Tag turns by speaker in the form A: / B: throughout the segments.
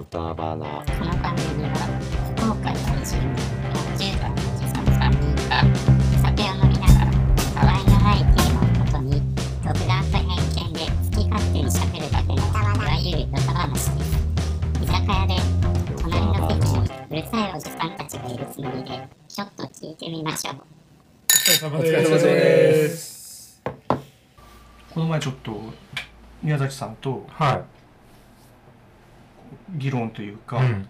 A: 歌花のこの番組は福岡在住40代のおじさん3人が酒を飲みながらたわいのないテーマをもとに独断と偏見で好き勝手にしゃべるだけのいわゆる歌話です居酒屋で隣の席にうるさいおじさんたちがいるつもりでちょっと聞いてみましょう
B: お。
C: お疲れ様ですこの前ちょっと宮崎さんと
B: は
C: 議論というか、
B: い。うん。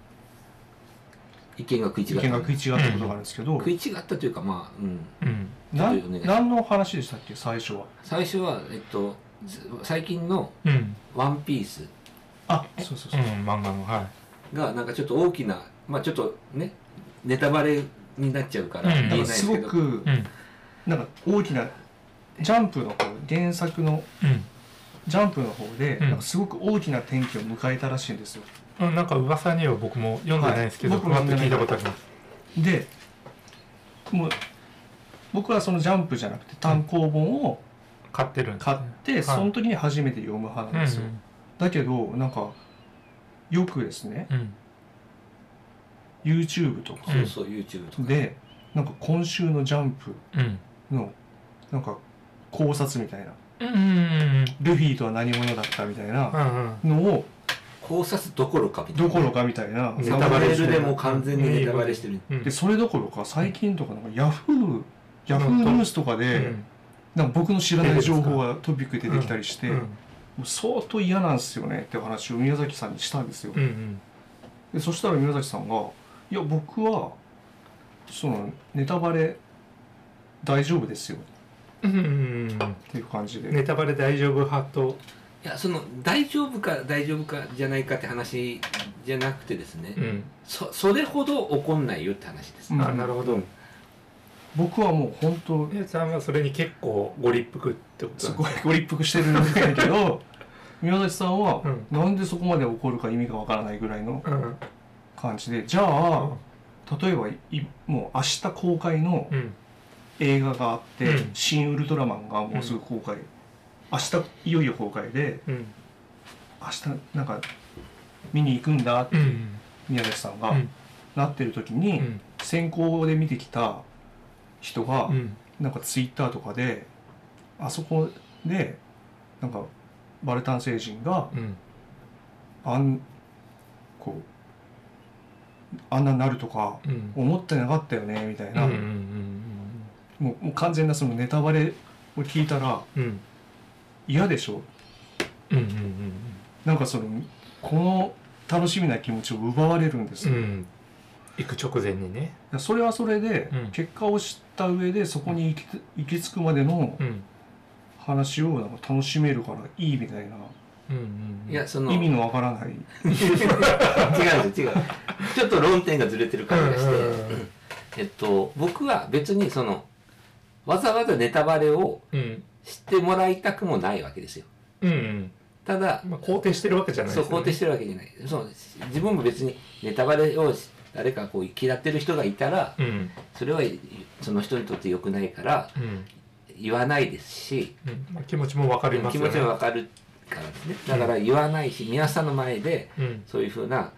D: 意見が食い
C: 意
D: 違っ
C: 見が
D: た。
C: 食い違ったことがあるんですけど、
D: 食い違ったというか、まあ、うん。
B: うん。
C: な
D: ちょっとね
C: ん何の話でしたっけ最初は
D: 最初は、えっと、す最近の
B: うん。
D: ワンピース
C: あそうそう
B: う
C: そ
B: ん
C: う、、
B: 漫画の、は
D: が、なんかちょっと大きな、まあちょっとね、ネタバレになっちゃうから
B: うん
D: 言え
C: な
D: ない
C: ん
D: で
C: か
D: す
C: す
D: け
C: ご
D: ど、
C: く
B: い。うん。
C: なんか大きなジャンプの方原作の
B: うん。
C: ジャンプの方で、
B: うん
C: なんかすごく大きな転機を迎えたらしいんですよ
B: うんなんか噂には僕も読んでないですけど、
C: はい
B: ふ
C: 僕も
B: わっと聞
C: 読んで
B: い
C: な
B: たこ
C: い
B: とあります。
C: でもう僕はそのジャンプじゃなくて単行本を
B: 買ってるんです、
C: 買って、
B: はい
C: その時に初めて読む派なんですよ、だけどなんかよくですね
B: うん。うん。
C: YouTube とか
B: うん
D: そうそう、YouTube とか。
C: でなんか今週の「ジャンプ
B: うん。」
C: のなんか考察みたいな
B: うん。うん。
C: ルフィとは何者だったみたいな
B: うん。
C: のを
D: 考察どころかみた
C: ど
D: いな。
C: ころかみたいな
B: ネ
D: ネ
B: タ
D: タ
B: バ
D: バ
B: レ
D: レ
B: してる
D: でもう完全にネタバレしてる。
B: うん。
C: でそれどころか最近とかなんかヤフーヤフーニュースとか
B: う
C: で
B: ん。
C: なんか僕の知らない情報がトピックで出てきたりして
B: う
C: も
B: ん。
C: う相当嫌なんですよねって話を宮崎さんにしたんですよ
B: うんうん。
C: でそしたら宮崎さんが「いや僕はそのネタバレ大丈夫ですよ」
B: うんうんうん。
C: っていう感じで
B: ネタバレ大丈夫派と、
D: いや、その、大丈夫か大丈夫かじゃないかって話じゃなくてですね、
B: うん。
D: そ、それほど怒んないよって話です。
C: うん
B: あ、なるほど。
C: 僕はもう本当
B: えさんはそれに結構ご立腹ってこと
C: すごいご立腹してるん だけど宮崎さんは
B: うん
C: なんでそこまで怒るか意味がわからないぐらいの
B: なんです
C: 感じでじゃあ例えばいもう明日公開の
B: うん。うん。
C: 映画があって
B: うん
C: 「新ウルトラマン」がもうすぐ公開明日いよいよ公開で
B: うん。
C: 明日なんか見に行くんだって
B: うん。
C: 宮崎さんが
B: うん
C: なってる時
B: う
C: に
B: ん。
C: 先行で見てきた人が
B: うん。
C: なんかツイッターとかであそこでなんかバルタン星人が
B: うん。
C: あんこうあんなになるとか
B: うん。
C: 思ってなかったよねみたいな、
B: うんうん
C: もうもう完全なそのネタバレを聞いたら
B: うんうん
C: 嫌でしょ
B: うんうん
C: なんかそのこの楽しみな気持ちを奪われるんです
B: うんう
C: よ、
B: んうん行く直前にね
C: それはそれで
B: うん
C: 結果を知った上でそこに行き行き着くまでの
B: うん
C: 話をなんか楽しめるからいいみたいな
B: うんうんうん
D: いや、その、
C: 意味のわからない
D: 違うんですよ違うちょっと論点がずれてる感じがして、
B: うんうん
D: えっと僕は別にそのわざわざネタバレを
B: うん
D: 知ってもらいたくもないわけですよ
B: うんうん
D: ただ、
B: まあ肯定してるわけじゃない
D: そう
B: よ
D: 肯定してるわけじゃないそう自分も別にネタバレを誰かこう嫌ってる人がいたら
B: うん
D: それはその人にとって良くないから
B: うん
D: 言わないですし
B: うんまあ気持ちもわかりますよ
D: 気
B: ね
D: 持ちはわかるからですねだから言わないし皆さんの前で
B: うん
D: そういうふうな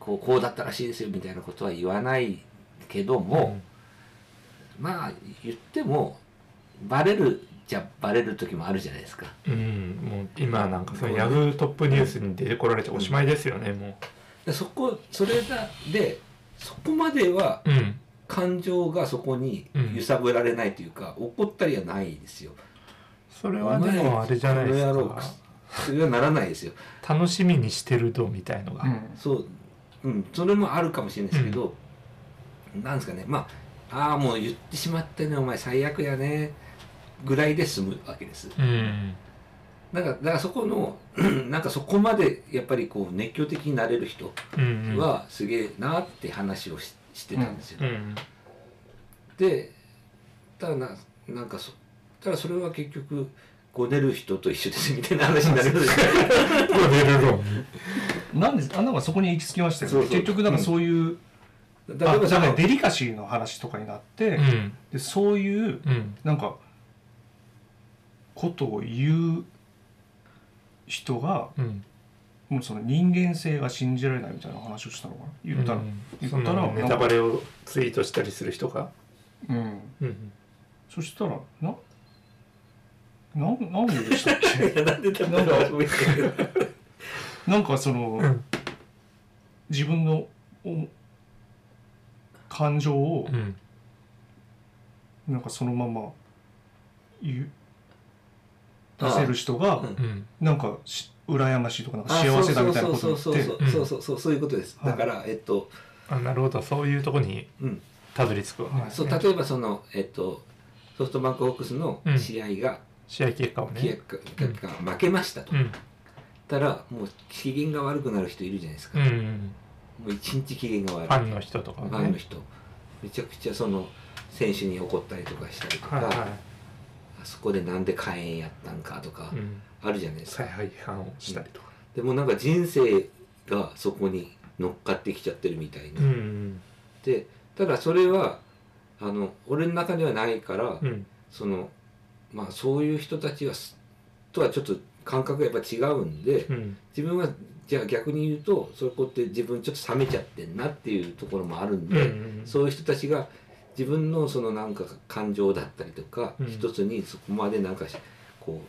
D: こうこうだったらしいですよみたいなことは言わないけども、まあ言ってもバレるじゃバレる時もあるじゃないですか
B: うんもう今なんかそのヤフートップニュースに出てこられておしまいですよねも
D: でそこそれだでそこまでは
B: ううん
D: 感情がそこに揺さぶられないというか、怒ったりはないですよ
B: それはでもあれじゃないです
D: この野郎
B: か
D: それはならないですよ
B: 楽しみにしてる度みたいのが
C: うん
D: そううんそれもあるかもしれないですけど、なんですかねまあああもう言ってしまったねお前最悪やねぐらいで済むわけです
B: うん
D: なんかだからそこの なんかそこまでやっぱりこう熱狂的になれる人
B: うんうん
D: はすげえなって話をししてたんですよ。
B: うん
D: でただななんかそただそれは結局こう寝る人と一緒ですみたいな話になるんですよ
B: これ出る論
C: なんであなんかそこに行き着きましたよね
D: そうそう
C: 結局なんかそういう、
D: だから
C: あじゃあね
D: その
C: デリカシーの話とかになって、
B: うん
C: でそういう
B: うん
C: なんかことを言う人が
B: うん
C: もうその人間性が信じられないみたいな話をしたのかな言ったら、
B: うん、
C: 言
B: そ
C: ったら
B: のネタバレをツイートしたりする人が、
C: うん、
B: うん、
C: そしたらななんなんででした っけ
D: いやなんでだろうと思ったけど
C: なんかその、
B: うん
C: 自分のお感情を
B: うん、
C: なんかそのまま言う出せる人が
D: ああうん
B: うん、
C: なんかし羨ましいとかなんか
D: あ
C: 幸せだみたいなことを
D: そう
C: 言
D: そ
C: っ
D: うそう
C: て
D: そうそうそうそうそういうことです、
C: はい
D: だからえっと、
B: あなるほどそういうとこに
D: うん、
B: たどり着くわけです
D: そう
B: ね、
D: 例えばそのえっとソフトバンクホークスの試合が、
B: 試合結果を
D: 結
B: ね、
D: 果結果負けましたと、
B: うん
D: たらもう機嫌が悪くなる人いるじゃないですか、
B: うんうん、
D: もう一日機嫌が悪い
B: ファンの人とか
D: フ
B: ね
D: ァンの人めちゃくちゃその選手に怒ったりとかしたりとか、
B: はい
D: あ
B: は
D: そこでなんで開演やったんかとか
B: い、うん、
D: あるじゃないですか、
B: 采配違反をしたりとか、
D: でもなんか人生がそこに乗っかってきちゃってるみたいな、
B: うんうん
D: でただそれはあの俺の中ではないから、
B: うん
D: そのまあそういう人たちはすとはちょっと感覚がやっぱ違うんで、
B: うん
D: 自分はじゃあ逆に言うとそこって自分ちょっと冷めちゃってんなっていうところもあるん
B: うんう
D: で、
B: ん
D: そういう人たちが自分のそのなんか感情だったりとか、
B: うん
D: 一つにそこまでなんかしこ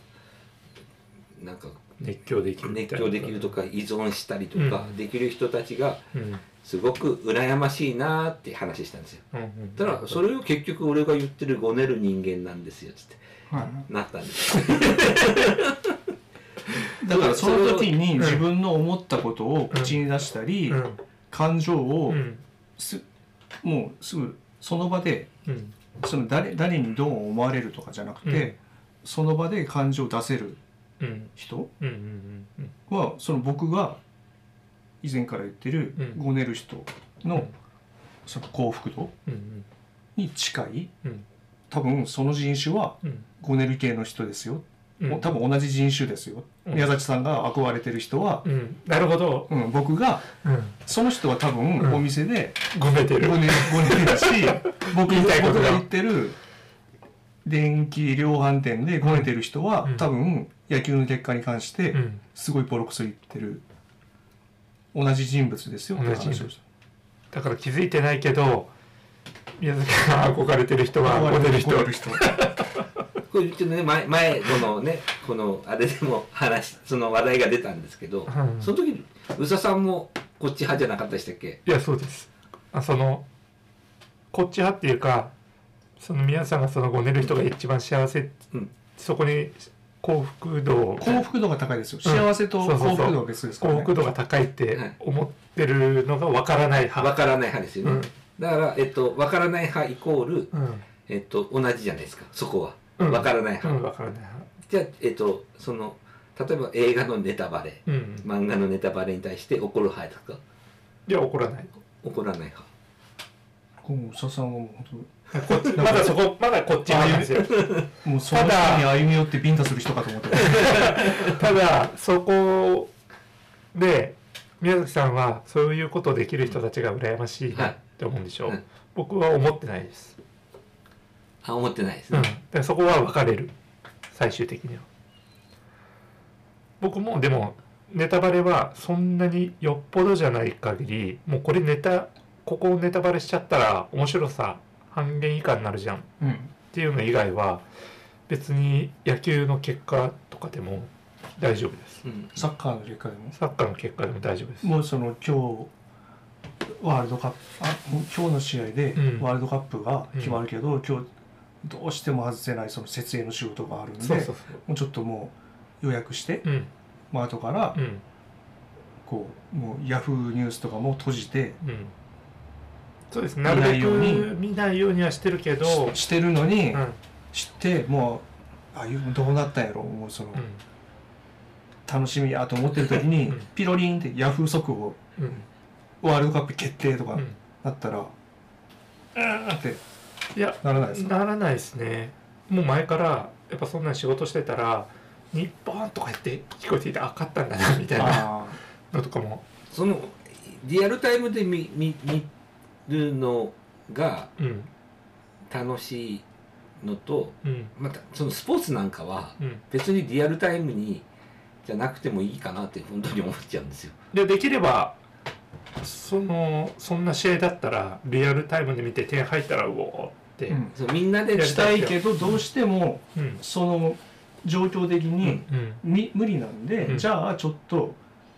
D: うなんか
B: 熱狂できるみたい
D: 熱
B: な
D: 狂できるとか依存したりとか
B: うん
D: できる人たちが
B: うんうん
D: すごく羨ましいなーって話したんですよ。
B: うん、
D: ただそれを結局俺が言ってるごねる人間なんですよつって
C: はい
D: なったんです。
C: だからその時に
B: うん
C: 自分の思ったことを口に出したり、
B: うん
C: 感情
B: う
C: を
B: ん
C: すもうすぐその場で
B: うん
C: その誰誰にどう思われるとかじゃなくて、
B: うん
C: その場で感情を出せる
B: うん
C: 人
B: うんうんうん
C: はその僕が以前から言ってる
B: うん
C: ごねる人のその幸福度
B: うんうん
C: に近い、
B: うん
C: 多分その人種は
B: うん
C: ごねる系の人ですよ、
B: うん
C: 多分同じ人種ですよ、
B: うん
C: 宮崎さんが憧れてる人は、
B: うんなるほど、
C: うん、僕が
B: うん、
C: その人は多分
B: うん
C: お店で
B: ごめて
C: ごね
B: る、
C: ごねる だし僕
B: 言いたいこと
C: 僕
B: が
C: が言ってる電気量販店でごねてる人は、
B: うん
C: 多分野球の結果に関して、
B: うん、
C: すごいボロクソ言ってる同じ人物ですよって話を
B: 同じ人
C: し
B: 物だから気づいてないけど宮崎が憧れてる人
C: た
B: はごねる人
C: 憧れる人
D: これちょっとね前前このねこのあれでも話その話題が出たんですけど、
B: うん
D: その時宇佐さんもこっち派じゃなかったでしたっけ
B: いやそうですあそのこっち派っていうかその皆さんがそのごねる人が一番幸せ、
D: うん
B: そこに幸福度を
C: 幸福度が高いですよ幸せと
B: そうそうそう
C: 幸福度は別ですから、
B: 幸
C: ね、
B: 福度が高いって
D: はい
B: 思ってるのがわからない
D: わ
B: 派、
D: からない派ですよね、
B: うん
D: だからえっとわからない派イコール
B: うん
D: えっと同じじゃないですかそこ
B: う
D: は
B: ん
D: わからない派、
B: うん、わからない派
D: じゃあえっとその例えば映画のネタバレ
B: うん
D: 漫画のネタバレに対して怒る派ですか
B: いや怒らない
D: 怒らない派
C: もう佐さんはもう本
B: こっちまだそこまだこっち派なんですよ
C: 当もうその人
B: た
C: に
B: だ
C: 歩み寄ってビンタする人かと思ってた
B: ただそこで宮崎さんはそういうことできる人たちが羨ましいなって思うんでしょう、
D: はい
B: 僕は思ってないです、
D: あ思ってないです
B: うん、
D: ね
B: だ、からそこは分かれる最終的には僕もでもネタバレはそんなによっぽどじゃない限りもうこれネタここをネタバレしちゃったら面白さ半減以下になるじゃんっ
C: うん
B: ていうの以外は別に野球の結果とかでも大丈夫です
D: うん
C: サッカーの結果でも
B: サッカーの結果でも大丈夫です
C: もうその今日ワールドカップあ今日の試合で
B: うん
C: ワールドカップが決まるけど、今日どうしても外せないその設営の仕事があるんで
B: そうそう
C: もうちょっともう予約して、
B: そう。うん
C: まあ後から
B: うん
C: こうもうヤフーニュースとかも閉じて
B: うん。そうですね。
C: な
B: ないるべ
C: ように
B: く見ないようにはしてるけど、
C: ししてるのに、
B: うんうん
C: 知ってもうあいうどうなったんやろもうその、楽しみやと思ってる時に、
B: うん
C: ピロリンってヤフー速報
B: うん
C: ワールドカップ決定とか
B: うん。
C: なったら、って
B: いや
C: ならないですか、
B: ならないですね。もう前からやっぱそんな仕事してたら。日本とか言って聞こえていてあ勝ったんだなみたいな
C: あ
B: のとかも、
D: そのリアルタイムで見見見るのが
B: うん
D: 楽しいのと
B: うん
D: またそのスポーツなんかは
B: うん
D: 別にリアルタイムにじゃなくてもいいかなって本当に思っちゃうんですよ。
B: でできればそのそんな試合だったらリアルタイムで見て点入ったらうおーって、
C: うん
D: そうみんなで
B: やり
C: したいけどどうしても
B: うん
C: その状況的に
B: うん
C: み無理なんで、
B: うん
C: じゃあちょっと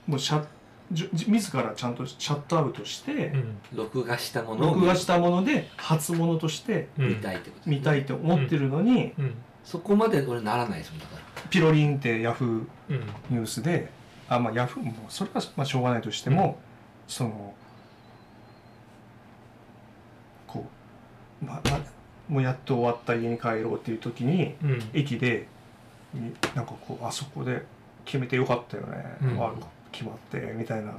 C: もうシャじょ自らちゃんとシャットアウトして
B: う、ん
D: 録画したものを
C: 録画したもので初物として
B: うん
D: 見たいってこと、
C: 見たいと思ってるのに、
B: うん
D: そこまで俺ならないですもんだから
C: ピロリンってヤフー
B: うん
C: ニュースであ、まあ、ヤフーもそれはまあしょうがないとしても、そのこう、まあ、なもうやっと終わった家に帰ろうっていう時に
B: うん
C: 駅でになんかこうあそこで決めてよかったよね、
B: うん
C: あ決まってみたいな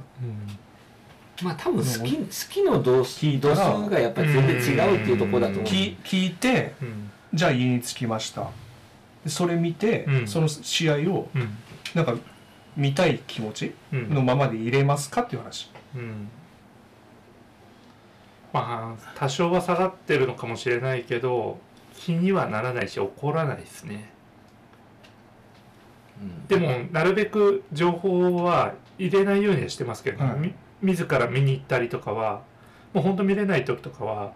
D: まあ多分好き好きの度数度数がやっぱり全然違うっていうところだと思う
C: 聞聞いて
B: うん
C: じゃあ家に着きましたでそれ見て、
B: うん
C: その試合を
B: うん
C: なんか見たい気持ち
B: うん
C: のままで入れますかっていう話、
B: うんまあ多少は下がってるのかもしれないけど気にはならないし怒らないですね
D: うん
B: でもなるべく情報は入れないようにはしてますけど、
C: はい
B: み自ら見に行ったりとかはもうほんと見れない時とかは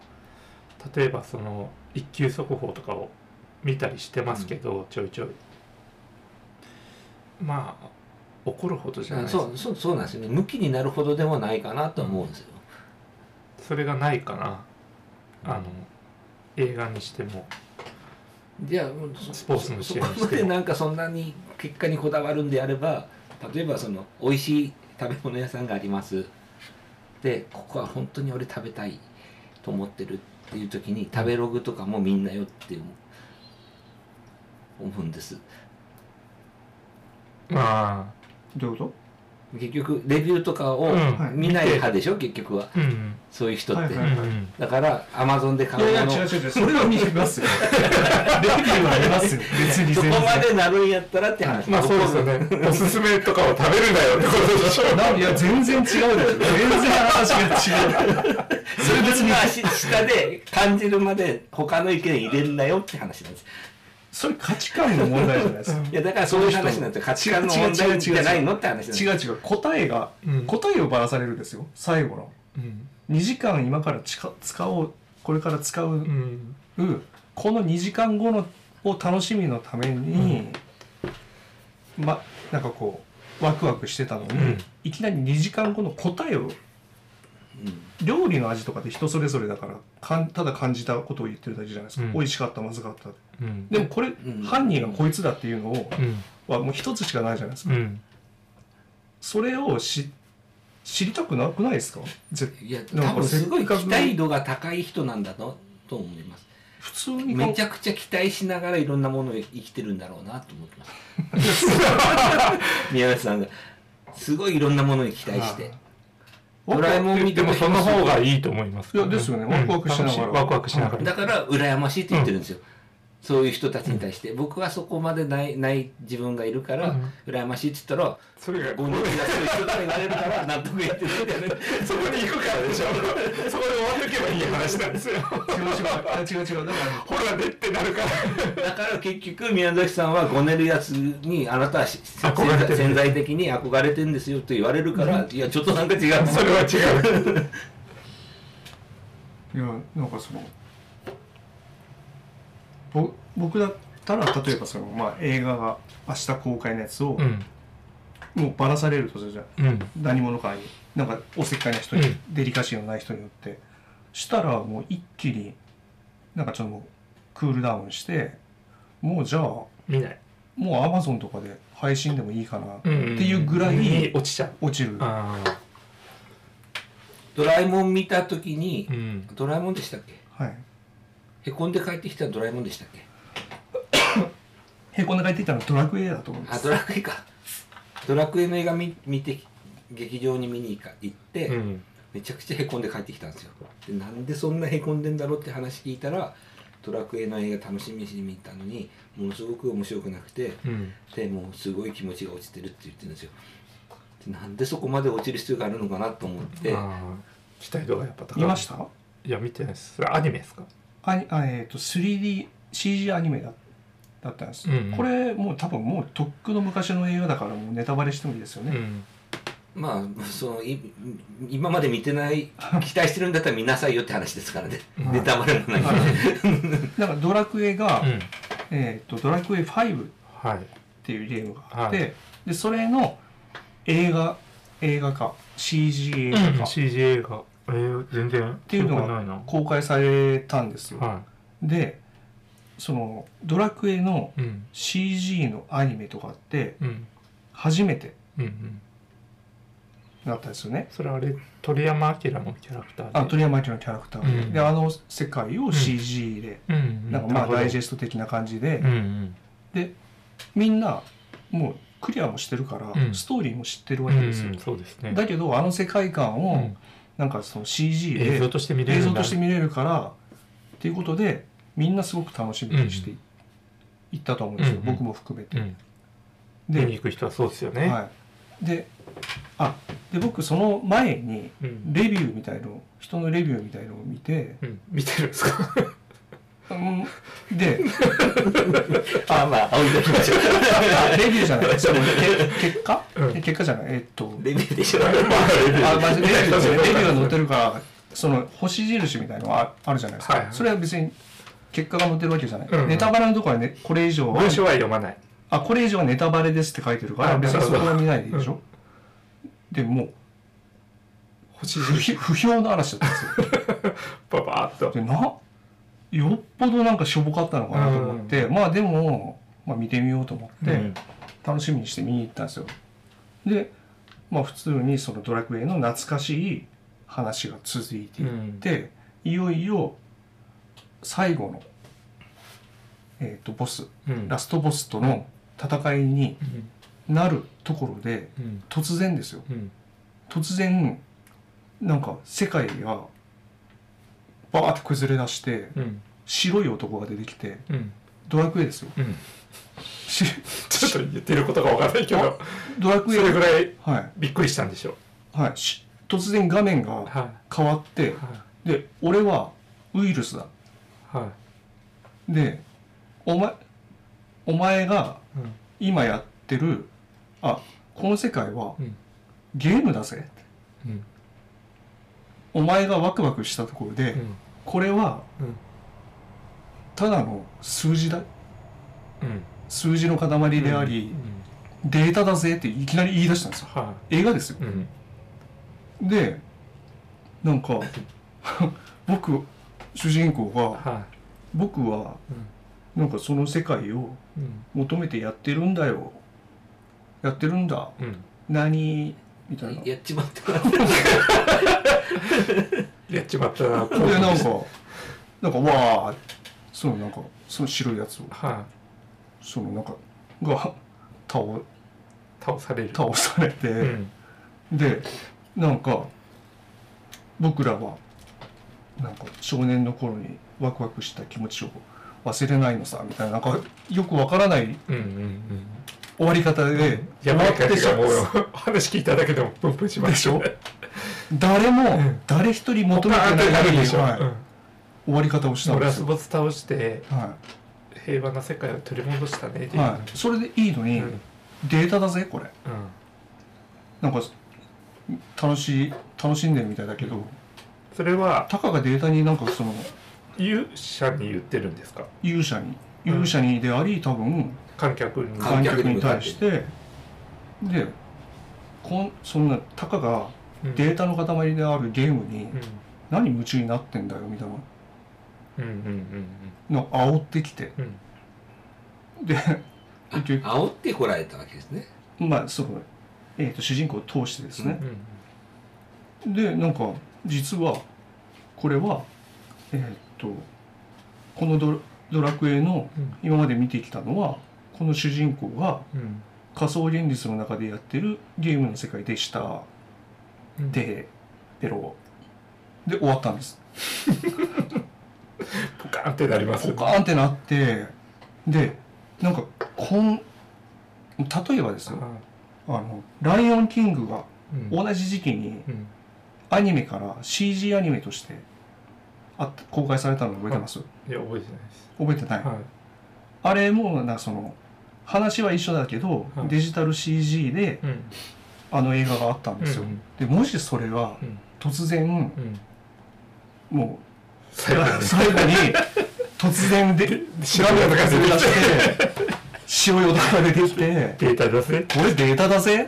B: 例えばその一級速報とかを見たりしてますけど、ちょいちょいまあ怒るほどじゃないです
D: そうそうそうなんですよね向きになるほどでもないかなとは思うんですよ
B: それがないかなあの映画にしても
D: じゃあもうそ
B: スポーツの試合にしても
D: そこまでなんかそんなに結果にこだわるんであれば例えばその美味しい食べ物屋さんがありますでここは本当に俺食べたいと思ってるっていう時に食べログとかもみんなよって思う思うんです
B: あ
C: どういうこ
D: 結局レビューとか
B: あ
D: を
B: うん
D: 見ない派でしょ結局は
B: うん
D: そういう人って、
C: はいはい
B: うん
D: だからアマゾンで
C: と
D: 買うもの
C: 違うそれは見ますよレビューは見ますよ別に
D: そこ
C: 全然
D: までなるんやったらって話、
B: まあそうですよね おすすめとかを食べるなよってことでしょ
C: なんいや全然違うでしょ全然話が違う
D: それ別に下で感じるまで他の意見入れんなよって話なんです
C: それ価値観の問題じゃないですか
D: いやだからそういう話なんですよ価値観の問題じゃないのって話なんです
C: 違う違う答えが、
B: うん
C: 答えをばらされるんですよ最後の
B: うん
C: 2時間今からちか使おうこれから使う、
B: うん
C: この2時間後のを楽しみのために、まなんかこうワクワクしてたのに、
B: ん
C: いきなり2時間後の答えを料理の味とかって人それぞれだからかんただ感じたことを言ってるだけじゃないですか、
B: うん
C: 美味しかったまずかった
B: うん
C: でもこれ、
D: ん
C: 犯人がこいつだっていうのを
B: うん
C: はもう一つしかないじゃないですか、
B: うん
C: それをし知りたくなくないですかぜ
D: いや
C: なんか
D: 多分すごい期
C: せっかく
D: 待度が高い人なんだとと思います
C: 普通に
D: め
C: 考
D: ちゃくちゃ期待しながらいろんなものを生きてるんだろうなと思ってます宮崎さんがすごいいろんなものに期待して
C: ワ
D: ド
C: クワ
D: ラえ
C: ク
D: もん見て
B: でもその方がいいと思いますけど、
C: いやですよねワクワクしながら
B: うんワクワクしながら、
D: だから羨ましいって言ってるんですよ、そういう人たちに対して、僕はそこまでないない自分がいるから、
B: うん
D: 羨ましいって言っ たら
B: それが
D: 5人がそういう人と言われるから納得いってるんだよね
B: そこに行くからでしょそこで終わっておけばいい話なんですよ
C: 違う違う違う違うだから
B: ほらねってなるから
D: だから結局宮崎さんはごねるやつにあなたはし
B: 憧れてる
D: 潜在的に憧れてるんですよと言われるから、いやちょっとなんか違う
B: それは違う
C: いやなんかそのぼ僕だったら例えばその、まあ、映画が明日公開のやつを、
B: うん
C: もうばらされるとするじゃん
B: うん
C: 何者かになんかおせっかいな人に、
B: うん
C: デリカシーのない人によってしたらもう一気になんかちょっともうクールダウンしてもうじゃあも
B: 見ないう
C: アマゾンとかで配信でもいいかなって
B: うん
C: いうぐらい
B: に
C: に
B: 落ちちゃう
C: 落ちる、
B: ああ
D: ドラえもん見た時に、
B: うん
D: ドラえもんでしたっけ
C: はい、
D: へこんで帰ってきたドラえもんでしたっけ
C: へこんで帰ってきたのはドラクエだと思うんで
D: あ
C: す
D: ドラクエかドラクエの映画見見て劇場に見に行か行って、
B: うん
D: めちゃくちゃへこんで帰ってきたんですよでなんでそんなへこんでんだろうって話聞いたらドラクエの映画楽しみにしに見たのにものすごく面白くなくて
B: うん
D: でもうすごい気持ちが落ちてるって言ってるんですよでなんでそこまで落ちる必要があるのかなと思って
B: ああ期待度がやっぱ高い
C: 見ました
B: いや見てないですそれアニメですか
C: アニあえっ、と 3DCG アニメだだったんです、
B: うん
C: これもう多分もうとっくの昔の映画だからもうネタバレしてもいいですよ
B: う
C: ね、
B: ん
D: まあそのい今まで見てない期待してるんだったら見なさいよって話ですからね、
B: うん
D: ネタバレも ない、
C: はいだからドラクエが、
B: うん
C: えー、とドラクエ5っ
B: はい
C: ていうゲームがあって、
B: は
C: でそれの映画映画化 CG 映画化、っ
B: CGA がえー、全然
C: ていうの
B: 記憶ないな
C: が公開されたんですよ、
B: は
C: でそのドラクエの
B: いうん
C: CG のアニメとかって
B: うん
C: 初めて
B: うんうん
C: だったんですよね
B: それあれ鳥山明のキャラクターで
C: あ鳥山明のキャラクターで,、
B: うん
C: であの世界を CG で、
B: うんうん
C: なんかまあダイジェ
B: ス
C: スト的な感じで、
B: うんうん
C: みんなもうクリアもしてるから、
B: うん
C: ストーリーも知ってる
B: う
C: わけですよ、
B: んそうですね
C: だけどあの世界観
B: う
C: を
B: ん
C: なんかその CG
B: 映像
C: で
B: として見れる
C: 映
B: んだ
C: 像として見れるからっていうことでみんなすごく楽しみにしていいったと思うんですよ、
B: うんうん
C: 僕も含めて。
B: うん見に
C: で,、
B: 行く人はそうですよね、
C: はい、であで僕その前に
B: うん
C: レビューみたいの人のレビューみたいのを見 て、
B: うん、見てるんですか
C: うん、で
D: あまあ青いでいきましょう
C: あレビューじゃないそのけ結果、
B: うん
C: 結果じゃないえっと
D: レビュ ーでしょ
C: あ、まあ、レビューですね。レビューが載ってるから、その星印みたいのはああるじゃないですか。
B: はいはい
C: それは別に結果が載ってるわけじゃない。
B: うんうん
C: ネタバレのところはね、これ以上は
B: 文章は読まない
C: あ、これ以上はネタバレですって書いてるから、
B: あ
C: 別にそこ
B: なる
C: は
B: ほど
C: 見ないでいいでしょ。でも、
B: 星
C: 不
B: 印
C: 評 不評の嵐だったんですよ。
B: パパーっと
C: で、な、よっぽどなんかしょぼかったのかなと思って、まあでも、まあ見てみようと思って、
B: うん
C: 楽しみにして見に行ったんですよでまあ普通にそのドラクエの懐かしい話が続いていって、いよいよ最後の、えー、とボス
B: うん
C: ラストボスとの戦いに
B: うん
C: なるところで
B: うん
C: 突然ですよ
B: うん
C: 突然なんか世界がバーって崩れ出して
B: うん
C: 白い男が出てきて
B: うん
C: ドラクエですよ
B: うん
C: し
B: ちょっと言ってることがわからないけど
C: ドラ
B: そ
C: クエ
B: れぐらい
C: はい
B: びっくりしたんでしょう
C: はいし突然画面が
B: は
C: 変わって
B: いはい
C: で俺はウイルスだ
B: は
C: でお前お前が
B: いうん
C: 今やってるあこの世界は
B: うん
C: ゲームだぜ
B: うん
C: お前がワクワクしたところで、
B: うん
C: これは
B: うん
C: ただの数字だ
B: うん
C: 数字の塊であり
B: う、ん
C: データだぜっていきなり言い出したんですよ
B: は
C: 映画ですよ
B: いうん
C: でなんか 僕主人公が
B: は
C: 僕はい
B: うん
C: なんかその世界を
B: うん
C: 求めてやってるんだよやってるんだ
B: うん
C: 何みたいなで
D: やっちまったな
B: やっちまったな
C: なんかなんかわあそのなんかその白いやつを
B: は
C: そのなんかが倒
B: い倒される
C: 倒されて、
B: うん
C: でなんか僕らはなんか少年の頃にワクワクした気持ちを忘れないのさみたいななんかよくわからない
B: うんうんうん
C: 終わり方で
B: やばい感じが
C: う
B: もう話聞いただけでもプンプンしま
C: ですしょ誰も
B: うん
C: 誰一人
B: パ
C: 求め
B: ーン
C: て
B: ってな
C: ない
B: る
C: の
B: で
C: に
B: しょ、
C: はい終わり方をし
B: うん、
C: た
B: も
C: ん
B: うラ
C: です
B: ス
C: よ。
B: ボス倒して
C: は
B: 平和な世界を取り戻したねってい
C: い、
B: う、
C: はい、それでいいの
B: う
C: に、
B: ん
C: データだぜこれ
B: うん
C: なんか楽しい楽しんでるみたいだけど、
B: それは
C: たかがデータになんかその
B: 勇者に言ってるんですか
C: 勇者に
B: うん
C: 勇者にであり多分
B: 観客に
D: は
C: 観
D: い
C: 客に対してでこんそんなたかが
B: うん
C: データの塊であるゲームに
B: うん
C: 何夢中になってんだよみたい
B: うんうん
C: なの煽ってきて
B: うんうん
C: で結局
D: 煽ってこられたわけですね
C: まあその、えー、と主人公を通してですね
B: う、ん
C: でなんか実はこれはえーっとこのドラドラクエの
B: うん
C: 今まで見てきたのはこの主人公が
B: うん
C: 仮想現実の中でやってるゲームの世界でした
B: うん
C: でペロで終わったんです
B: ポカーンってなります
C: ポカーンってなってでなんかこん例えばですよ
B: は
C: あの「ライオンキング」が
B: いうん
C: 同じ時期に
B: うん
C: アニメから CG アニメとしてあ公開されたの覚えてます
B: いや覚えてないです
C: 覚えてない、
B: は
C: あれもなんかその話は一緒だけど、
B: はい
C: デジタル CG で
B: うん
C: あの映画があったん
B: う
C: ですよ、
B: ん
C: でもしそれが
B: うん
C: 突然
B: うん
C: もう
B: 最後に
C: 最後に突 然で
B: 涙とか出てきて
C: して塩よだが出てきて
B: データ出せ
C: これデータだ ぜ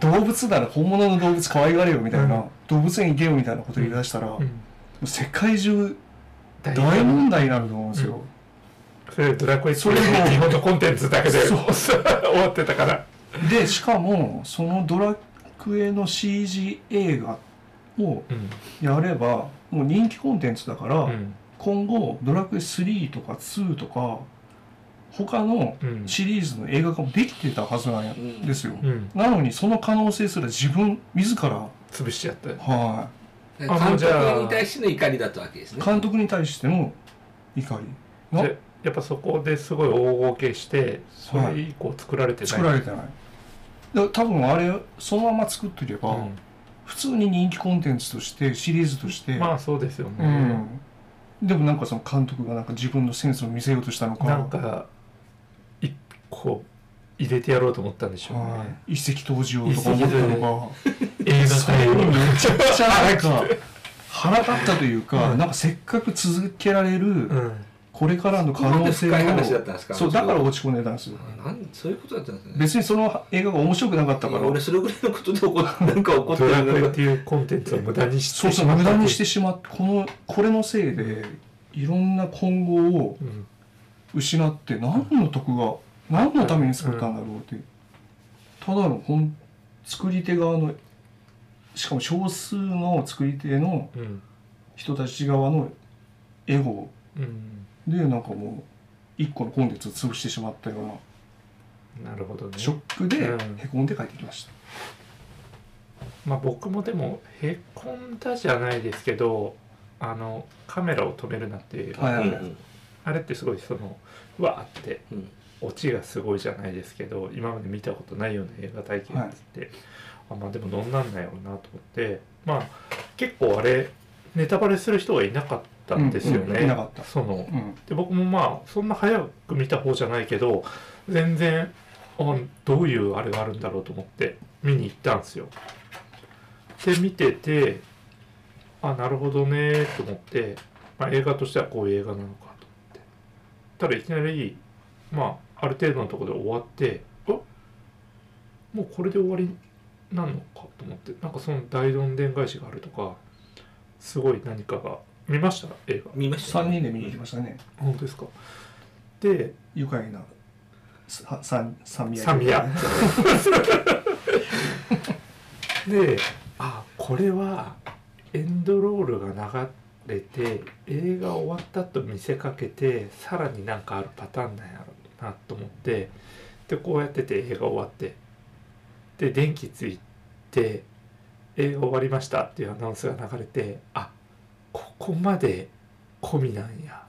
C: 動物なら本物の動物可愛がれよみたいな、
B: うん
C: 動物園行けよみたいなこと言い出したら、も
B: うん
C: う世界中
B: 大
C: 大問題になると思うんですよ、
B: うそれドラクエ
C: それも
B: 2日本のコンテンツだけで終
C: そう
B: わってたから
C: でしかもそのドラクエの CG 映画を
B: うん
C: やればもう人気コンテンツだから、
B: うん
C: 今後ドラクエ3とか2とか他の
B: うん
C: シリーズの映画化もできてたはずなんですよ、
B: うん
C: なのにその可能性すら自分自ら
B: 潰しちゃった
C: は
D: 監
B: あもうじゃあ
D: 督に対しての怒りだったわけです
C: い
D: ね。
C: 監督に対しての怒りが
B: でやっぱそこですごい大ごけしてそれ以降作られてない
C: 作られてないだから多分あれそのまま作ってれば、
B: うん
C: 普通に人気コンテンツとしてシリーズとして、
B: まあそうですよ
C: う
B: ね
C: ん、でもなんかその監督がなんか自分のセンスを見せようとしたのか
B: なんか一個入れてやろうと思ったんでしょう
C: は
B: ね
C: い、一石投じようとか思ったのか
B: 映画
C: それ
B: 界を
C: にめちゃくちゃなんか腹立ったというか、なんかせっかく続けられる、
B: うん
C: これからの可能性
D: 深い話だったんですか
C: そうだから落ち込んでたんですよ
D: あなんそういうことだったんですね。
C: 別にその映画が面白くなかったか
D: いや俺
C: ら
D: それぐらいのことで怒っなんか怒って
B: ド
D: る
B: ラクエっ
D: なんか
B: ていうコンテンツを無駄にして
C: そうそう無駄にしててしまってこのこれのせいでいろんな今後を
B: うん
C: 失って何の得が何のために作ったんだろうってただのほん作り手側のしかも少数の作り手の
B: うん
C: 人たち側のエゴ
B: うん
C: でなんかもう一個のコンテンツを潰してしまったような
B: なるほどね
C: ショックで
B: うん
C: へこんで帰ってきました。
B: まあ僕もでもへこんだじゃないですけどあのカメラを止めるなっていう
C: はいはいはい
D: うん
B: あれってすごいそのわーって
D: うん
B: オチがすごいじゃないですけど今まで見たことないような映画体験っつって、あまあでもどんなんなんやろうなと思ってまあ結構あれネタバレする人がいなかったんですよね、
C: うんいなかった
B: その
C: うん
B: で僕もまあそんな早く見た方じゃないけど全然あどういうあれがあるんだろうと思って見に行ったんですよ。で見ててあなるほどねと思って、まあ、映画としてはこういう映画なのかと思ってただいきなりまあある程度のところで終わってあもうこれで終わりなのかと思ってなんかその大どんでん返しがあるとかすごい何かが見ました映画
D: 見ました
C: 3人で見に行きましたね
B: 本当ですかで
C: 愉快なさ三三宮
B: 三 宮であこれはエンドロールが流れて映画終わったと見せかけてさらになんかあるパターンなんやろうなと思ってでこうやってて映画終わってで電気ついて映画終わりましたっていうアナウンスが流れてあここまで込みなんや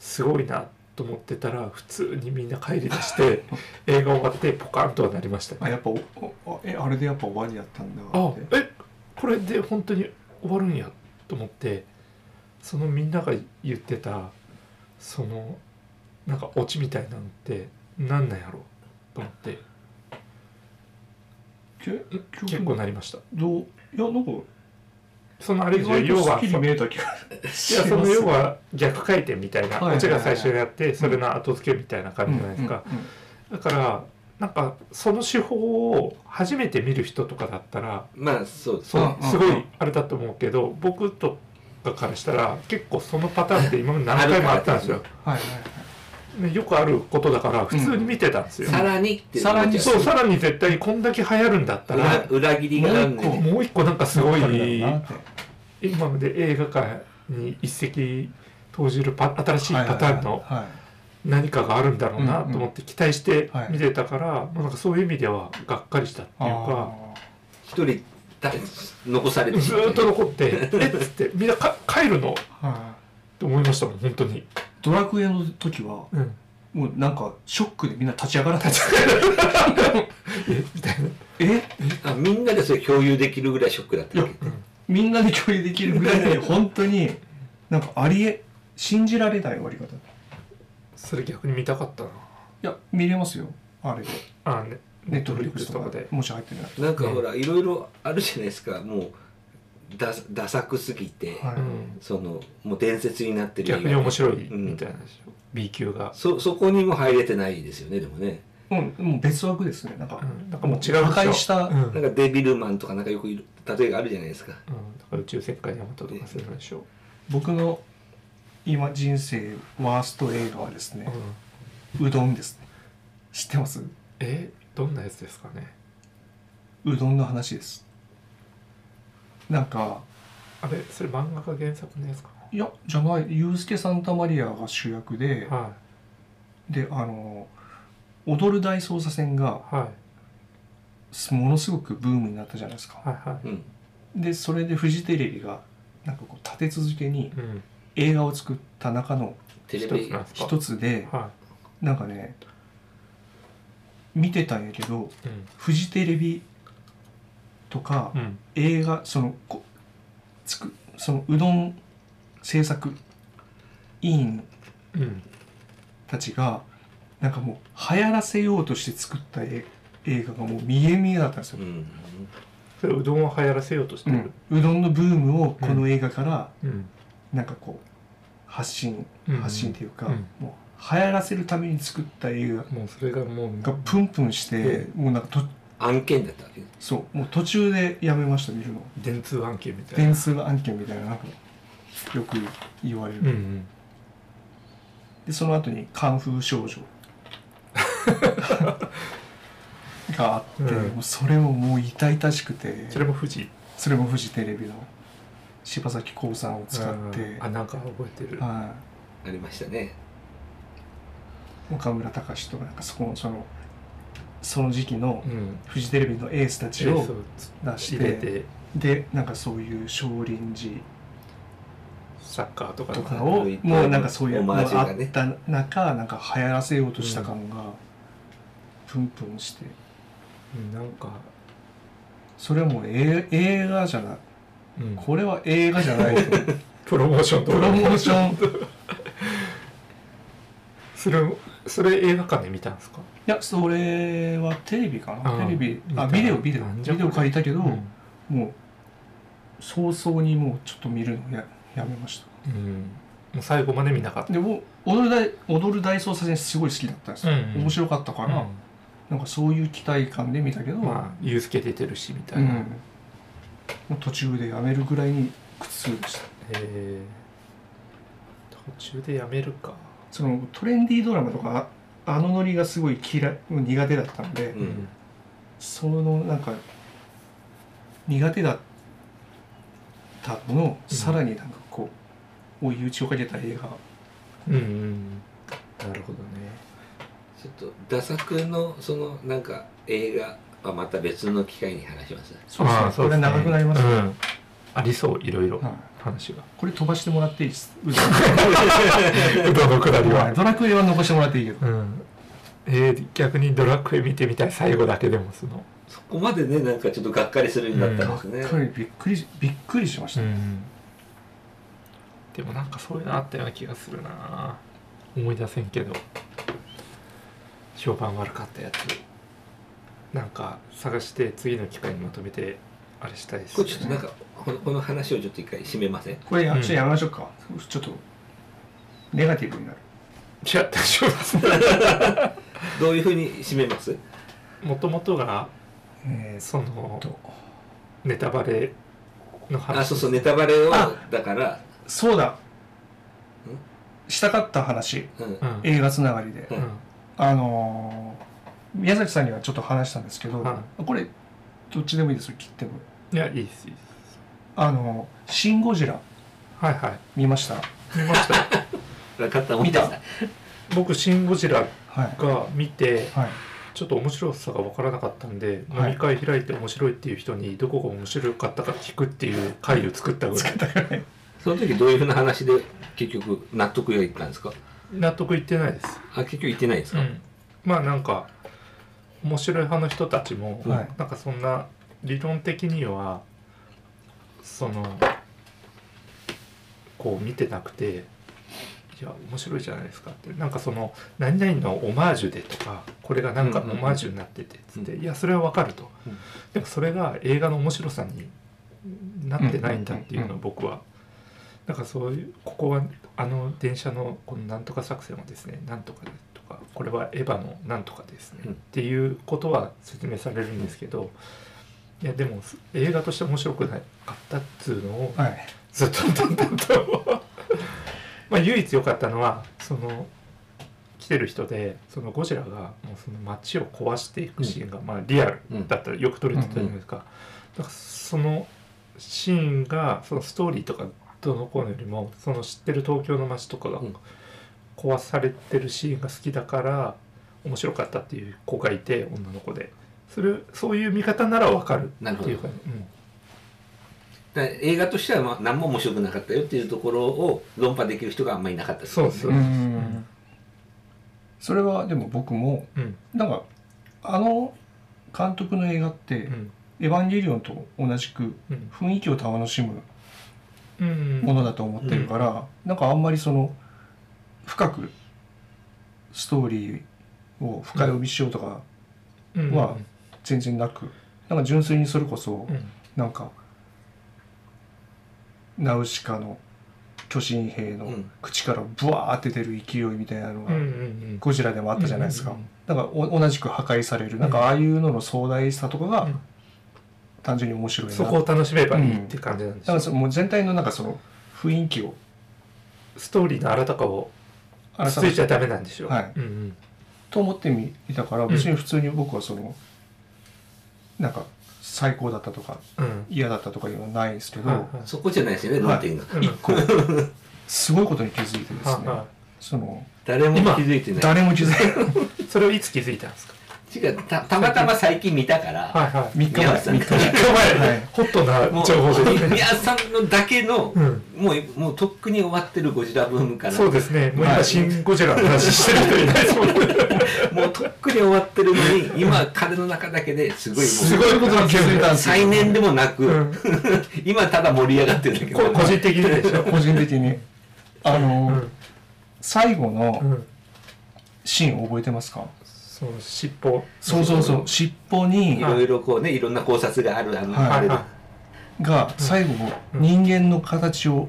B: すごいなと思ってたら普通にみんな帰り出して 映画終わってポカンとはなりましたね
C: あやっぱおおえあれでやっぱ終わりやったんだ
B: あ
C: って
B: えこれで本当に終わるんやと思ってそのみんなが言ってたそのなんかオチみたいなのってなんなんやろと思って
C: け
B: 結構なりました
C: どういやなんか
B: そのあれ以上
C: 意外
B: 要
C: とす
B: は
C: っき
B: い
C: り見えた気が
B: や
C: し
B: そ
C: ま
B: の
C: す
B: 要は逆回転みたいな
C: はい
B: オチが最初にあってそれの後付けみたいな感じじゃないですか
C: うんうんうん
B: だからなんかその手法を初めて見る人とかだったら
D: まあそうです
B: そ
D: ね。
B: う
C: うん
B: すご
C: う
B: い
C: ん
B: あれだと思うけど僕とかからしたら結構そのパターンって今まで何回もあったんですよ、
C: はいはいはい
B: ね、よくあることだから普通に見てたんですよ、
D: さらにって
C: さらに
B: そうさらに絶対にこんだけ流行るんだった
D: 裏
B: ら
D: 裏切りがあるんで
C: もう一
D: ね。
B: もう一個なんかすごい
C: なんかあるんだろうなって
B: 今まで映画界に一石投じるパ新しいパターンの
C: はいはいはい
B: 何かがあるんだろうなと思って期待して
C: はい
B: 見てたから、まあ、なんかそういう意味ではがっかりしたっていうか
C: あ
D: 一人誰残されて
B: ずーっと残って「えっ?」つってみんなか帰るの
C: ーは
B: って思いましたもん本当に。
C: いドラクエの時は
B: うん
C: もうなんかショックでみんな立ち上がら ない
B: えみたいな。
C: え
D: あみんなでそれ共有できるぐらいショックだったわけで
C: みんなで共有できるぐらいに本当になんかありえ信じられない終わり方
B: それ逆に見たかったない
C: や見れますよあれで
B: あね
C: ネットフリックスとか
B: で
C: でもし入ってない
D: なんか
B: ね
D: ほらいろいろあるじゃないですかもうダダサくすぎて、
C: は
B: うん
D: そのもう伝説になってる
B: 逆に面白い
D: うん
B: みたいなんでしょ、B 級が、
D: そそこにも入れてないですよねでもね
C: うん、もう別枠ですねなんか、
B: うん、なんかもう違うでしょ
C: 破壊した
B: うんうん、なん
D: な
B: ん
D: かデビルマンとかなんかよくいる例えがあるじゃないですか
B: か宇宙世界に思ったとかするんでしょ、
C: 僕の今人生ワースト映画はです
B: う
C: ね
B: ん、
C: うどんですね知ってます
B: えどんなやつですかね
C: うどんの話ですなんか
B: あれそれ漫画が原作のやつか
C: いやじゃないユースケ・サンタマリアが主役で、
B: なは
C: であの踊る大捜査線が
B: いはい
C: ものすごくブームになったじゃないですか
B: はいは
D: うん
C: でそれでフジテレビがなんかこう立て続け
B: い
C: に
B: うん
C: 映画を作った中の
D: テレ
B: 一つ
D: ビ
B: なんですか
C: 一つで
B: は
C: なんかね見てたんやけど
B: いうん
C: フジテレビとか
B: うん
C: 映画そのこつくそのうどん制作委員
B: うん
C: たちがなんかもう流行らせようとして作ったえ映画がもう見え見えだったんです
D: う
C: よ、
D: ん
B: それうどんを流行らせようとして
C: う
B: る
C: ん、うどんのブームをこの映画から
B: うん
C: なんかこう発信
B: うん
C: 発信っていうか、
B: うん
C: もう流行らせるために作った映画
B: もうそれがもう
C: がプンプンして、もうなんかと
D: 案件だったわけ
C: そうもう途中でやめました見るの
B: 電通案件みたいな
C: 点数案件みたいななんかよく言われる、
B: うんうん
C: でその後に「カンフー 少女」があって、
B: うん
C: もうそれももう痛々しくて
B: それも富士
C: それもフジテレビの柴咲コウさんを使って、
B: うんあなんか覚えてる
C: は
D: ありましたね
C: い、岡村隆史とかなんかそこのそのその時期の
B: うん
C: フジテレビのエースたち
B: そ
C: を
B: う
C: 出し
B: 入れ
C: て
B: て
C: でなんかそういう少林寺
B: サッカーとか
C: と
B: の
C: かを
D: うん
C: もうなんかそういう
D: オ
C: の
D: マージュ
C: があ
D: が
C: っ
D: ね
C: た中なんか流行らせようとした感がプンプンして
B: うんなんか
C: それはもうえ映画じゃない
B: うん
C: これは映画じゃないと
B: プロモーション
C: プ
B: とか
C: ロモーションい
B: それそれ映画館で見たんですか
C: やそれはテレビか
B: あ
C: な
B: ー
C: テレビ
B: 見た
C: あビデオビデオ
B: なんじゃ
C: ビデオ借りたけど
B: うん
C: もう早々にもうちょっと見るのややめまし
B: うんもう最後まで見なかった
C: でも踊る大踊る大捜査線すごい好きだったんですよ、
B: うんうん
C: 面白かったか
B: た
C: ら、なんかそういう期待感で見たけど、
B: まあユースケ出てるしみた
C: う
B: い
C: ん
B: な、へ
C: もう途中でやめるぐらいに苦痛でした
B: え途中でやめるか
C: そのトレンディードラマとかああのノリがすごい嫌い苦手だったので、
D: うん
C: そのなんか苦手だったのの
B: うん
C: さらになんかこう追い打ちをかけた映画
B: うん、うんうんなるほどね
D: ちょっとダサくのそのなんか映画はまた別の機会に話し ます
C: そうですね
B: ああ
C: これ長くなりますね、
B: うんありそういろいろ
C: はい
B: 話が
C: これ飛ばしてもらっていいですうざ
B: うどのくだり
C: は、
B: はい
C: ドラクエは残してもらっていいけど
B: うんえー、逆にドラクエ見てみたい最後だけでもその
D: そこまでねなんかちょっとがっかりするようになった
C: がっ
D: んです
C: か
D: ね、
C: りびっくりしびっくりしました、
B: んでもなんかそういうのあったような気がするな思い出せんけど評判悪かったやつなんか探して次の機会にまとめてあれしたいです
D: これちょっとなんかこのこの話をちょっと一回締めません
C: これや
B: うん
C: ちょっとやめましょうか、ちょっとネガティブになる
B: いや大丈夫です
D: どういうふうに締めます
B: もともとが
C: え
B: そ
C: ー
B: の
C: っと
B: ネタバレの話
D: あそうそうネタバレを
C: あ
D: だから、
C: そうだしたかった話
D: うん
B: うん、うん
C: 映画つながりで、
D: うん
C: あのー宮崎さんにはちょっと話したんですけど、
B: は
C: これどっちでもいいですよ切っても
B: いやいいですいいです
C: あのーシン・ゴジラ」
B: はいはい
C: 見ました
B: 見ましたよ
D: 分かった思い出した
B: 僕「シン・ゴジラ
C: はい」
B: が見て
C: はい
B: ちょっと面白さが分からなかったんで、
C: はい
B: 飲み会開いて面白いっていう人にどこが面白かったか聞くっていう会を作 ったぐらい
D: その時どういうふうな話で結局納得がいったんですか
B: 納得いってないです、
D: あ結局いってないんですか、
B: まあなんか面白い派の人たちも、
C: はい
B: なんかそんな理論的にはそのこう見てなくていや面白いじゃないですかってなんかその何々のオマージュでとかこれがなんかオ
D: うんうんうん
B: マージュになっててっつって、
D: うん
B: いやそれはわかると、
D: うん
B: でもそれが映画の面白さになってないんだっていうのは僕はだからそういうここはあの電車のこのなんとか作戦はですねなんとかですとかこれはエヴァのなんとかですね、
D: うん
B: っていうことは説明されるんですけどいやでも映画として面白くなかったっつうのを
C: はい
B: ずっとだんだん とまあ唯一良かったのはその来てる人でそのゴジラがもうその街を壊していくシーンが、まあリアルだったらよく撮れてたじゃないですか、だからそのシーンがそのストーリーとかどうのこうのよりもその知ってる東京の街とかが
D: うん
B: 壊されてるシーンが好きだから面白かったっていう子がいて女の子でそれそういう見方ならわかるっていうか、うん、
D: だから映画としてはまあ何も面白くなかったよっていうところを論破できる人があんまりいなかったです
B: そうそうう、
C: んそれはでも僕も
B: うん
C: なんかあの監督の映画って「
B: うん
C: エヴァンゲリオン」と同じく
B: うん
C: 雰囲気を楽しむ
B: うん
C: ものだと思ってるから、なんかあんまりその深くストーリーを深読みしようとか
B: うん
C: は全然なく、なんか純粋にそれこそ
B: うん
C: なんかナウシカの巨神兵
D: う
C: の
D: ん
C: 口からブワーって出る勢いみたいな
B: う
C: の
B: んう
C: が
B: んうん
C: ゴジラでもあったじゃないですか、
B: うんうん
C: だからお同じく破壊されるなんかああいうのの壮大さとかが
B: うん
C: 単純に面白いな
B: そこ
C: だ
B: を楽しめばいいっていう感じなんでし
C: か
B: ょ、
C: らそのもう全体のなんかその雰囲気を
B: ストーリーのあらたかを
C: 改
B: つ
C: め
B: いち
C: て
B: ゃダメなんでしょう、
C: はい
B: うんうん
C: と思ってみたから
B: ん
C: 別に普通に僕はその、なんか最高だったとか
B: うん
C: 嫌だったとかいうのはないですけど、
B: はいはい
D: そこじゃないですよね論点が、
B: うん
C: 一個すごいことに気づいてですね、
B: は
C: その
D: 誰も気づいてない
C: 誰も気づいてない
B: いはいそれをいつ気づいたんですか
D: 違うたたまたま最近見たから、
B: はいはい
C: 3日前
D: 宮内さん
C: 3日前
B: 3日前、
C: はい
B: ホットな
D: もう
B: 情報ですね
D: 宮さんのだけの、
B: うん
D: もうもうとっくに終わってるゴジラブームから
B: そうですねもう今「シン・ゴジラ」の話してる人いないですもんね
D: もうとっくに終わってるのに今彼の中だけですごいもう
B: すごいことに気づいたんですよ
D: 再燃でもなく、
B: うん
D: 今ただ盛り上がってるだけ
B: こ個人的にでしょ
C: 個人的にあの、
B: うん
C: 最後
B: う
C: の
B: ん
C: シーン覚えてますか、
B: その尻尾
C: そうそうそう尻尾
D: い
C: に
D: ろいろこうねいろんな考察があるあの、
C: はい
D: あれ
B: は
C: が最後
B: うん
C: 人間の形を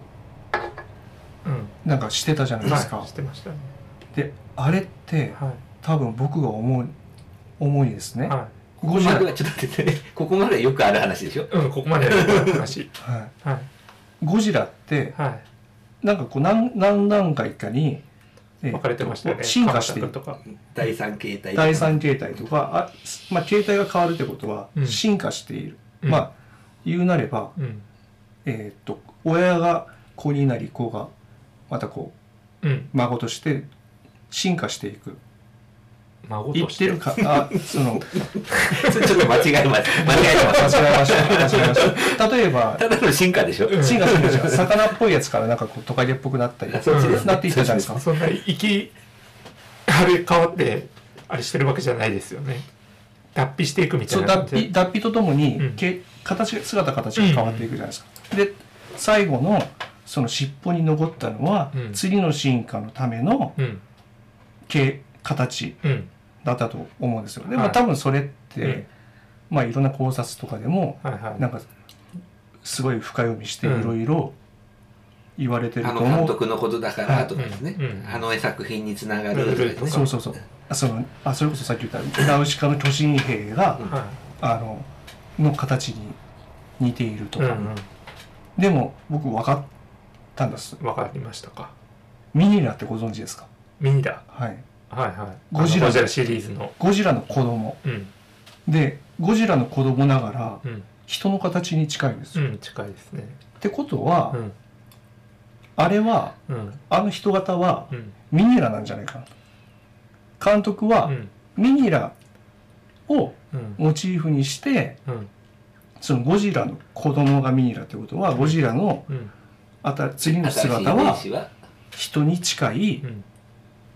B: うん
C: なんかしてたじゃないですか、
B: はいしてましたね
C: であれって
B: は
C: 多分僕が思う思いですね、
B: いは
D: こ
C: ゴ
D: こ
C: ジ
D: ま
C: ラ
D: ではちょっと待ってね ここまではよくある話でしょ
B: いうんここまでやる話
C: は
B: はい
C: い、ゴジラって
B: はい
C: なんかこう何何段階かに、えー
B: 分かれてましたよね
C: 進化してい
B: 鎌
C: る
B: 田君とか
D: 第三形態
C: 第三形態とかあ、すまあ、形態が変わるってことは
B: うん
C: 進化している、
B: うん
C: まあ言うなれば、
B: うん
C: えーっと親が子になり子がまたこう
B: うん
C: 孫として進化していく
B: 孫
C: 言
B: と
C: っ
B: してて
C: るかあその
D: それちょっと間違えます間違えて ます
C: 間違えました間違えました 例えば
D: ただの進化でしょ、
B: うん
C: 進化するんですよ魚っぽいやつからなんかこうトカゲっぽくなったり
D: あそっちですね
C: なっていったじゃないですか
B: そんな生きあれ変わってあれしてるわけじゃないですよね脱皮していくみた
C: そ
B: いうな
C: 脱皮脱皮とともに、
B: うん
C: け形が姿形が変わっていくじゃないですか、で最後のその尻尾に残ったのは、
B: うん
C: 次の進化のための
B: うん
C: 形形
B: うん
C: だったと思うんですよでも、
B: はい
C: 多分それって、
B: うん
C: まあいろんな考察とかでも
B: はいはい
C: なんかすごい深読みしてい
B: うん
C: ろいろ言われてる
D: あ
C: と
D: の
C: 思
D: 監
C: う、
D: 督のことだからとかですね、
B: うんうん
D: あの作品につなが
B: う
D: る
B: ん
D: とかです
C: そ
D: ね
C: うそうそうあそのあそれこそさっき言ったナウシカの巨神兵が、
D: うん
B: は
C: あのの形に似ている
B: い
C: と
B: うん
C: か、
B: うん
C: でも僕分かったんです
B: わかりましたか
C: ミニラってご存知ですか
B: ミニだ
C: はい
B: はいはい
C: ゴジラ
B: あのゴジラシリーズの
C: ゴジラの子供
B: うん
C: でゴジラの子供ながら
B: うん
C: 人の形に近いんです
B: う
C: よ、
B: ん近いですね
C: ってことは、
B: うん
C: あれは
B: うん
C: あの人型は
B: うん
C: ミニラなんじゃないかな監督は
B: うん
C: ミニラを
B: うん
C: モチーフにして
B: うん
C: そのゴジラの子供がミニラってことはゴジラの
B: うん
C: あた次の
D: 新しい
C: 姿
D: 名
C: は
D: 詞は
C: 人に近い
B: うん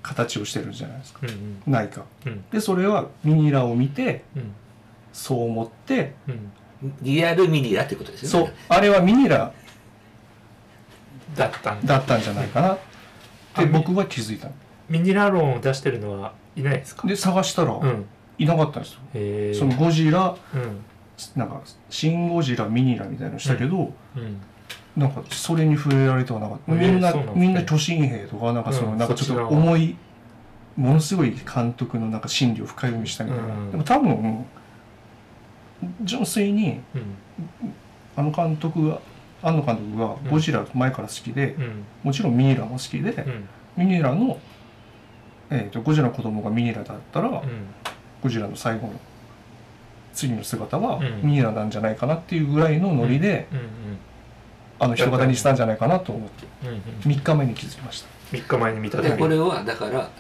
C: 形をしてるんじゃないですか
B: うんうん
C: ないか、
B: うん
C: でそれはミニラを見て
B: うん
C: そう思って
B: うん
D: リアルミニだってことです
C: そ
D: よ
C: う
D: ね
C: あれはミニラ
B: だったんだ
C: だったんじゃないかなっって僕は気づいたの
B: ミニラロンを出してるのはいないですか
C: で探したら
B: うん
C: いなかったんですよ、
B: へえ
C: そのゴジラ
B: うん
C: なんか「シン・ゴジラ」「ミニラ」みたいなのしたけど、
B: うん
C: なんかそれに触れられてはなかった、
B: え
C: みんな
B: そうなんですね
C: みんな巨神兵とかなんかその、
B: うん
C: なんかちょっ
B: そちらは
C: と重いものすごい監督のなんか心理を深読みしたみたいな、
B: うん
C: でも多分純粋に
B: うん
C: あの監督が庵野監督が
B: ん
C: ゴジラ前から好きで、
B: うん
C: もちろんミニラも好きで、
B: うん
C: ミニラの、えー、とゴジラの子供がミニラだったら、
B: うん
C: ゴジラの最後の次の姿は
B: うん
C: ミニラなんじゃないかなっていうぐらいのノリで、
B: うん
C: あの人型にしたんじゃないかなと思って
B: うんうん
C: 3日目に気づきました。
B: 3日前に見た
D: で
B: 時
D: これはだからあのこ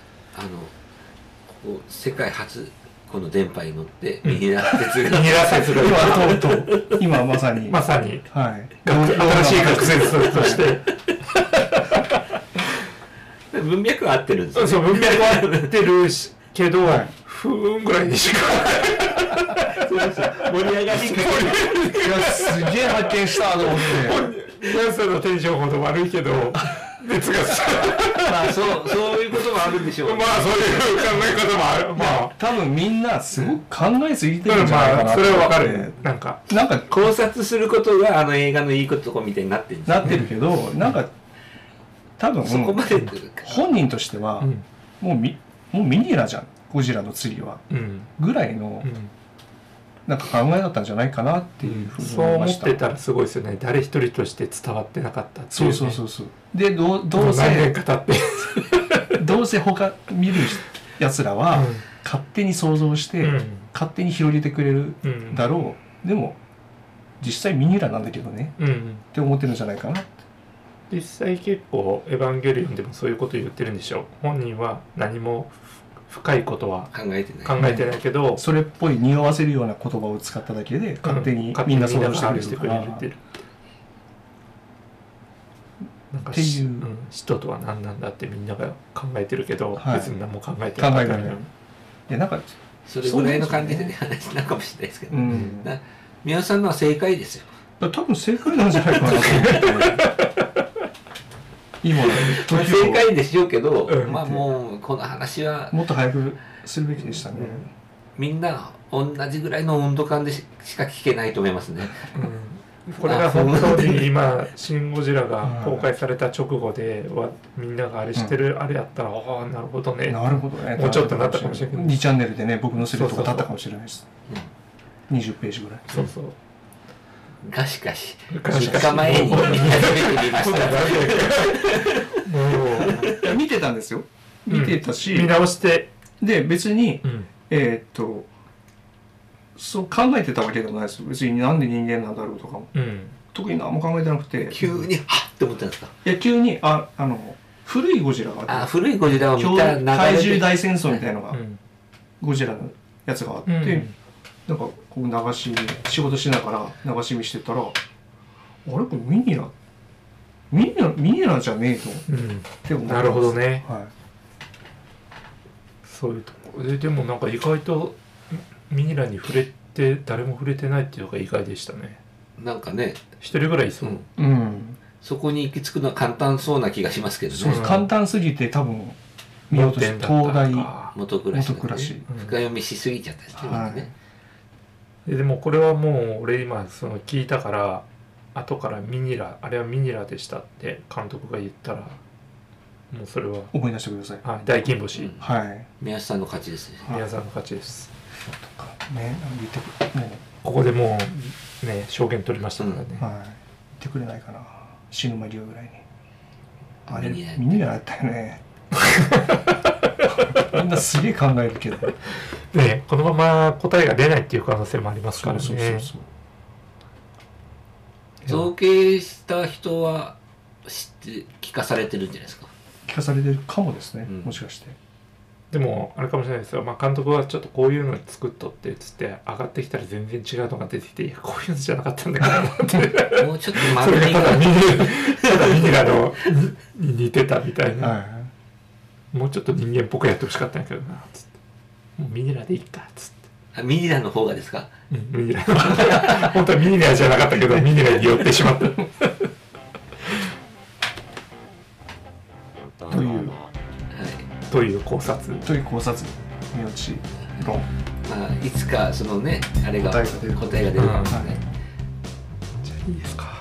D: う世界初この電波に乗ってミニラ鉄
B: ミ
D: が
B: ニラ説が
C: 今とう とう今まさに、
B: まさに
C: はい
B: 学新しい学生として
D: 文脈は合ってるんです
B: そう
D: よ、ね、
B: そう文脈は合ってるしけど、
C: はい
B: ふーんぐらいにしか
D: 盛り上がり
C: いやすげえ発見したと思って
B: 皆さんのテンションほど悪いけど熱がす
D: まあそうそういうこともあるんでしょう、
B: まあそういう考え方もあるまあ
C: 多分みんなすごく考えすぎて
B: だか
C: る
B: ら
C: んじゃないか
B: ま
C: な
B: あそ
C: と
B: れ
C: 思って
B: はわかるなんか
C: なんか
D: 考察することがあの映画のいいことこみたいになってるんですよ
C: なってるけどなんか多分
D: そこまでというか
C: 本人としては、
B: うん
C: もうみもうミニラじゃんゴジラの次は
B: うん
C: ぐらいの
B: うん
C: なんか考えだったんじゃないかなっていうふうに
B: そう
C: 思い
B: 思
C: まし、
B: ったてたらすごいですよね誰一人として伝わってなかったってい
C: そう
B: ね、
C: うそうそうそうでどうど
B: も
C: う
B: う何年
C: せ
B: か経って
C: どうせ他見るやつらは、
B: うん
C: 勝手に想像して、
B: うん
C: 勝手に広げてくれる
B: うん
C: だろうでも実際ミニラなんだけどね
B: うん
C: って思ってるんじゃないかなって
B: 実際結構「エヴァンゲリオン」でもそういうこと言ってるんでしょ本人は何も深いことは
D: 考えてない
B: 考えてないけど、
C: それっぽい匂わせるような言葉を使っただけで勝手にみんな想像してくれ
B: 勝手にみん
C: るから、
B: なが把握してくれてるなんか
C: っていう
B: うん人とは何なんだってみんなが考えてるけど、
C: はい
B: 別に何も考えてなかったみたい
C: 考えて
B: な
C: ないいやなんか
D: それぐらいの関係で話なんかもしれないですけど、
C: う
D: ね
C: ん
D: な宮尾さんのは正解ですよ
C: 多分正解なんじゃないかなと思って今
D: まあ
C: 時
D: 正
C: を
D: 解でしょうけど、
B: うん
D: まあもうこの話は
C: もっと早くするべきでしたね、
D: みんな同じぐらいの温度感でししか聞けないと思いますね。
B: うんこれが本当に今「シン・ゴジラ」が公開された直後ではみんながあれしてる、あれやったらああなるほどね
C: なるほどね
B: もうちょっとなったかもしれない
C: 2チャンネルでね僕のするとこだったかもしれないです20ページぐらい
B: そうそう
D: うんガシガシ。
B: ガシガシ
D: 3日前に初めて見まし
B: 今度は 誰
D: た。
B: だっ けもう
C: いや見てたんですよ見てたし、
B: 見直して、
C: で別に
B: うん
C: えーっとそう考えてたわけでもないです別になんで人間なんだろうとかも
B: うん
C: 特に何も考えてなくて
D: 急にハッって思ったんですか。
C: いや急にああの古いゴジラがあ
D: あ、
C: って
D: 古いゴジラを見
C: 恐
D: た流
C: 竜怪
D: れ
C: 獣
D: で。
C: 大戦争みたいなのが、
B: うん
C: ゴジラのやつがあって、
B: うん
C: なんかこう流し見仕事しながら流し見してたらあれこれミニラミニラミニラじゃねえと思って思ったんです
B: なるほどね
C: は
B: そういうとこででもなんか意外とミニラに触れて誰も触れてないっていうのが意外でしたね
D: なんかね、
B: 一人ぐらいいそう、
D: うん
C: い、うん
D: そこに行き着くのは簡単そうな気がしますけど
C: そう
D: ね。
B: ん
C: 簡単すぎて多分見ようとして東大
B: か
D: 元暮らし、
C: 元
D: ね。
C: 暮らし
D: 深読みしすぎちゃったりしてるんでね。
B: ででもこれはもう俺今その聞いたから後からミニラあれはミニラでしたって監督が言ったらもうそれは、
C: 思い出してください
B: はい、大金星、
D: うん
C: はい
D: 宮下さんの勝ちですね。
B: 宮沢の勝ちです
C: とかね言ってくね
B: ここでもうね証言取りましたからね、
C: はい言ってくれないかな死ぬ間際ぐらいにあれ
D: ミニラ
C: ミニラだったよねみんなすげえ考えるけど
B: ね、このまま答えが出ないっていう可能性もありますからね。
C: そう
D: 造形した人は知って聞かされてるんじゃないですか。
C: 聞かされてるかもですね、
D: うん
C: もしかして
B: でもあれかもしれないですよ、まあ、監督はちょっとこういうの作っとってっつって上がってきたら全然違うのが出てきていやこういうのじゃなかったんだけどなって
D: もうちょっと
B: そ
D: 丸
B: れ
D: み
B: がただ
D: が
B: ミニただミニラのにに似てたみたいな、
C: はい
B: もうちょっと人間っぽくやってほしかったんやけどなっつってもうミニラでいいかっつって。
D: あミニラの方がですか
B: うんミニラ 本当はミニラじゃなかったけどミニラに寄ってしまった。
C: という
B: という考察
C: という考察三内論
D: まあ、いつかそのねあれが
C: 答えが出る
D: 答えが出るかもしれない、
C: じゃあいいですか